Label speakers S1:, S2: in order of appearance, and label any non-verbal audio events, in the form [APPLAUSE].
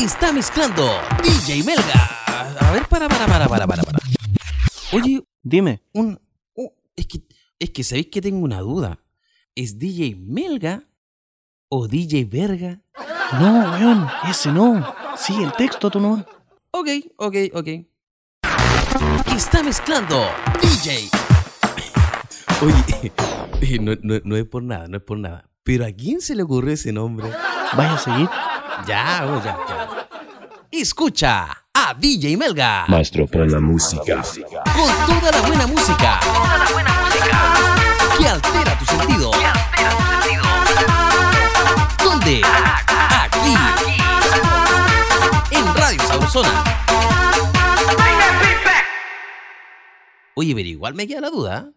S1: está mezclando DJ Melga. A ver, para, para, para, para, para, para. Oye,
S2: Dime.
S1: un, un- es que es que sabéis que tengo una duda. ¿Es DJ Melga o DJ Verga?
S2: No, weón, ese no. Sigue el texto tú nomás.
S1: Ok, ok, ok. Está mezclando DJ. [LAUGHS] Oye, eh, no, no- no es por nada, no es por nada. Pero ¿a quién se le ocurrió ese nombre?
S2: Vaya a seguir.
S1: Ya, oh, ya, ya. Escucha a DJ Melga
S3: Maestro por la música.
S1: con toda la buena música. Que altera tu sentido. ¿Dónde? Aquí. En Radio Sabrosona. Oye, pero igual me queda la duda.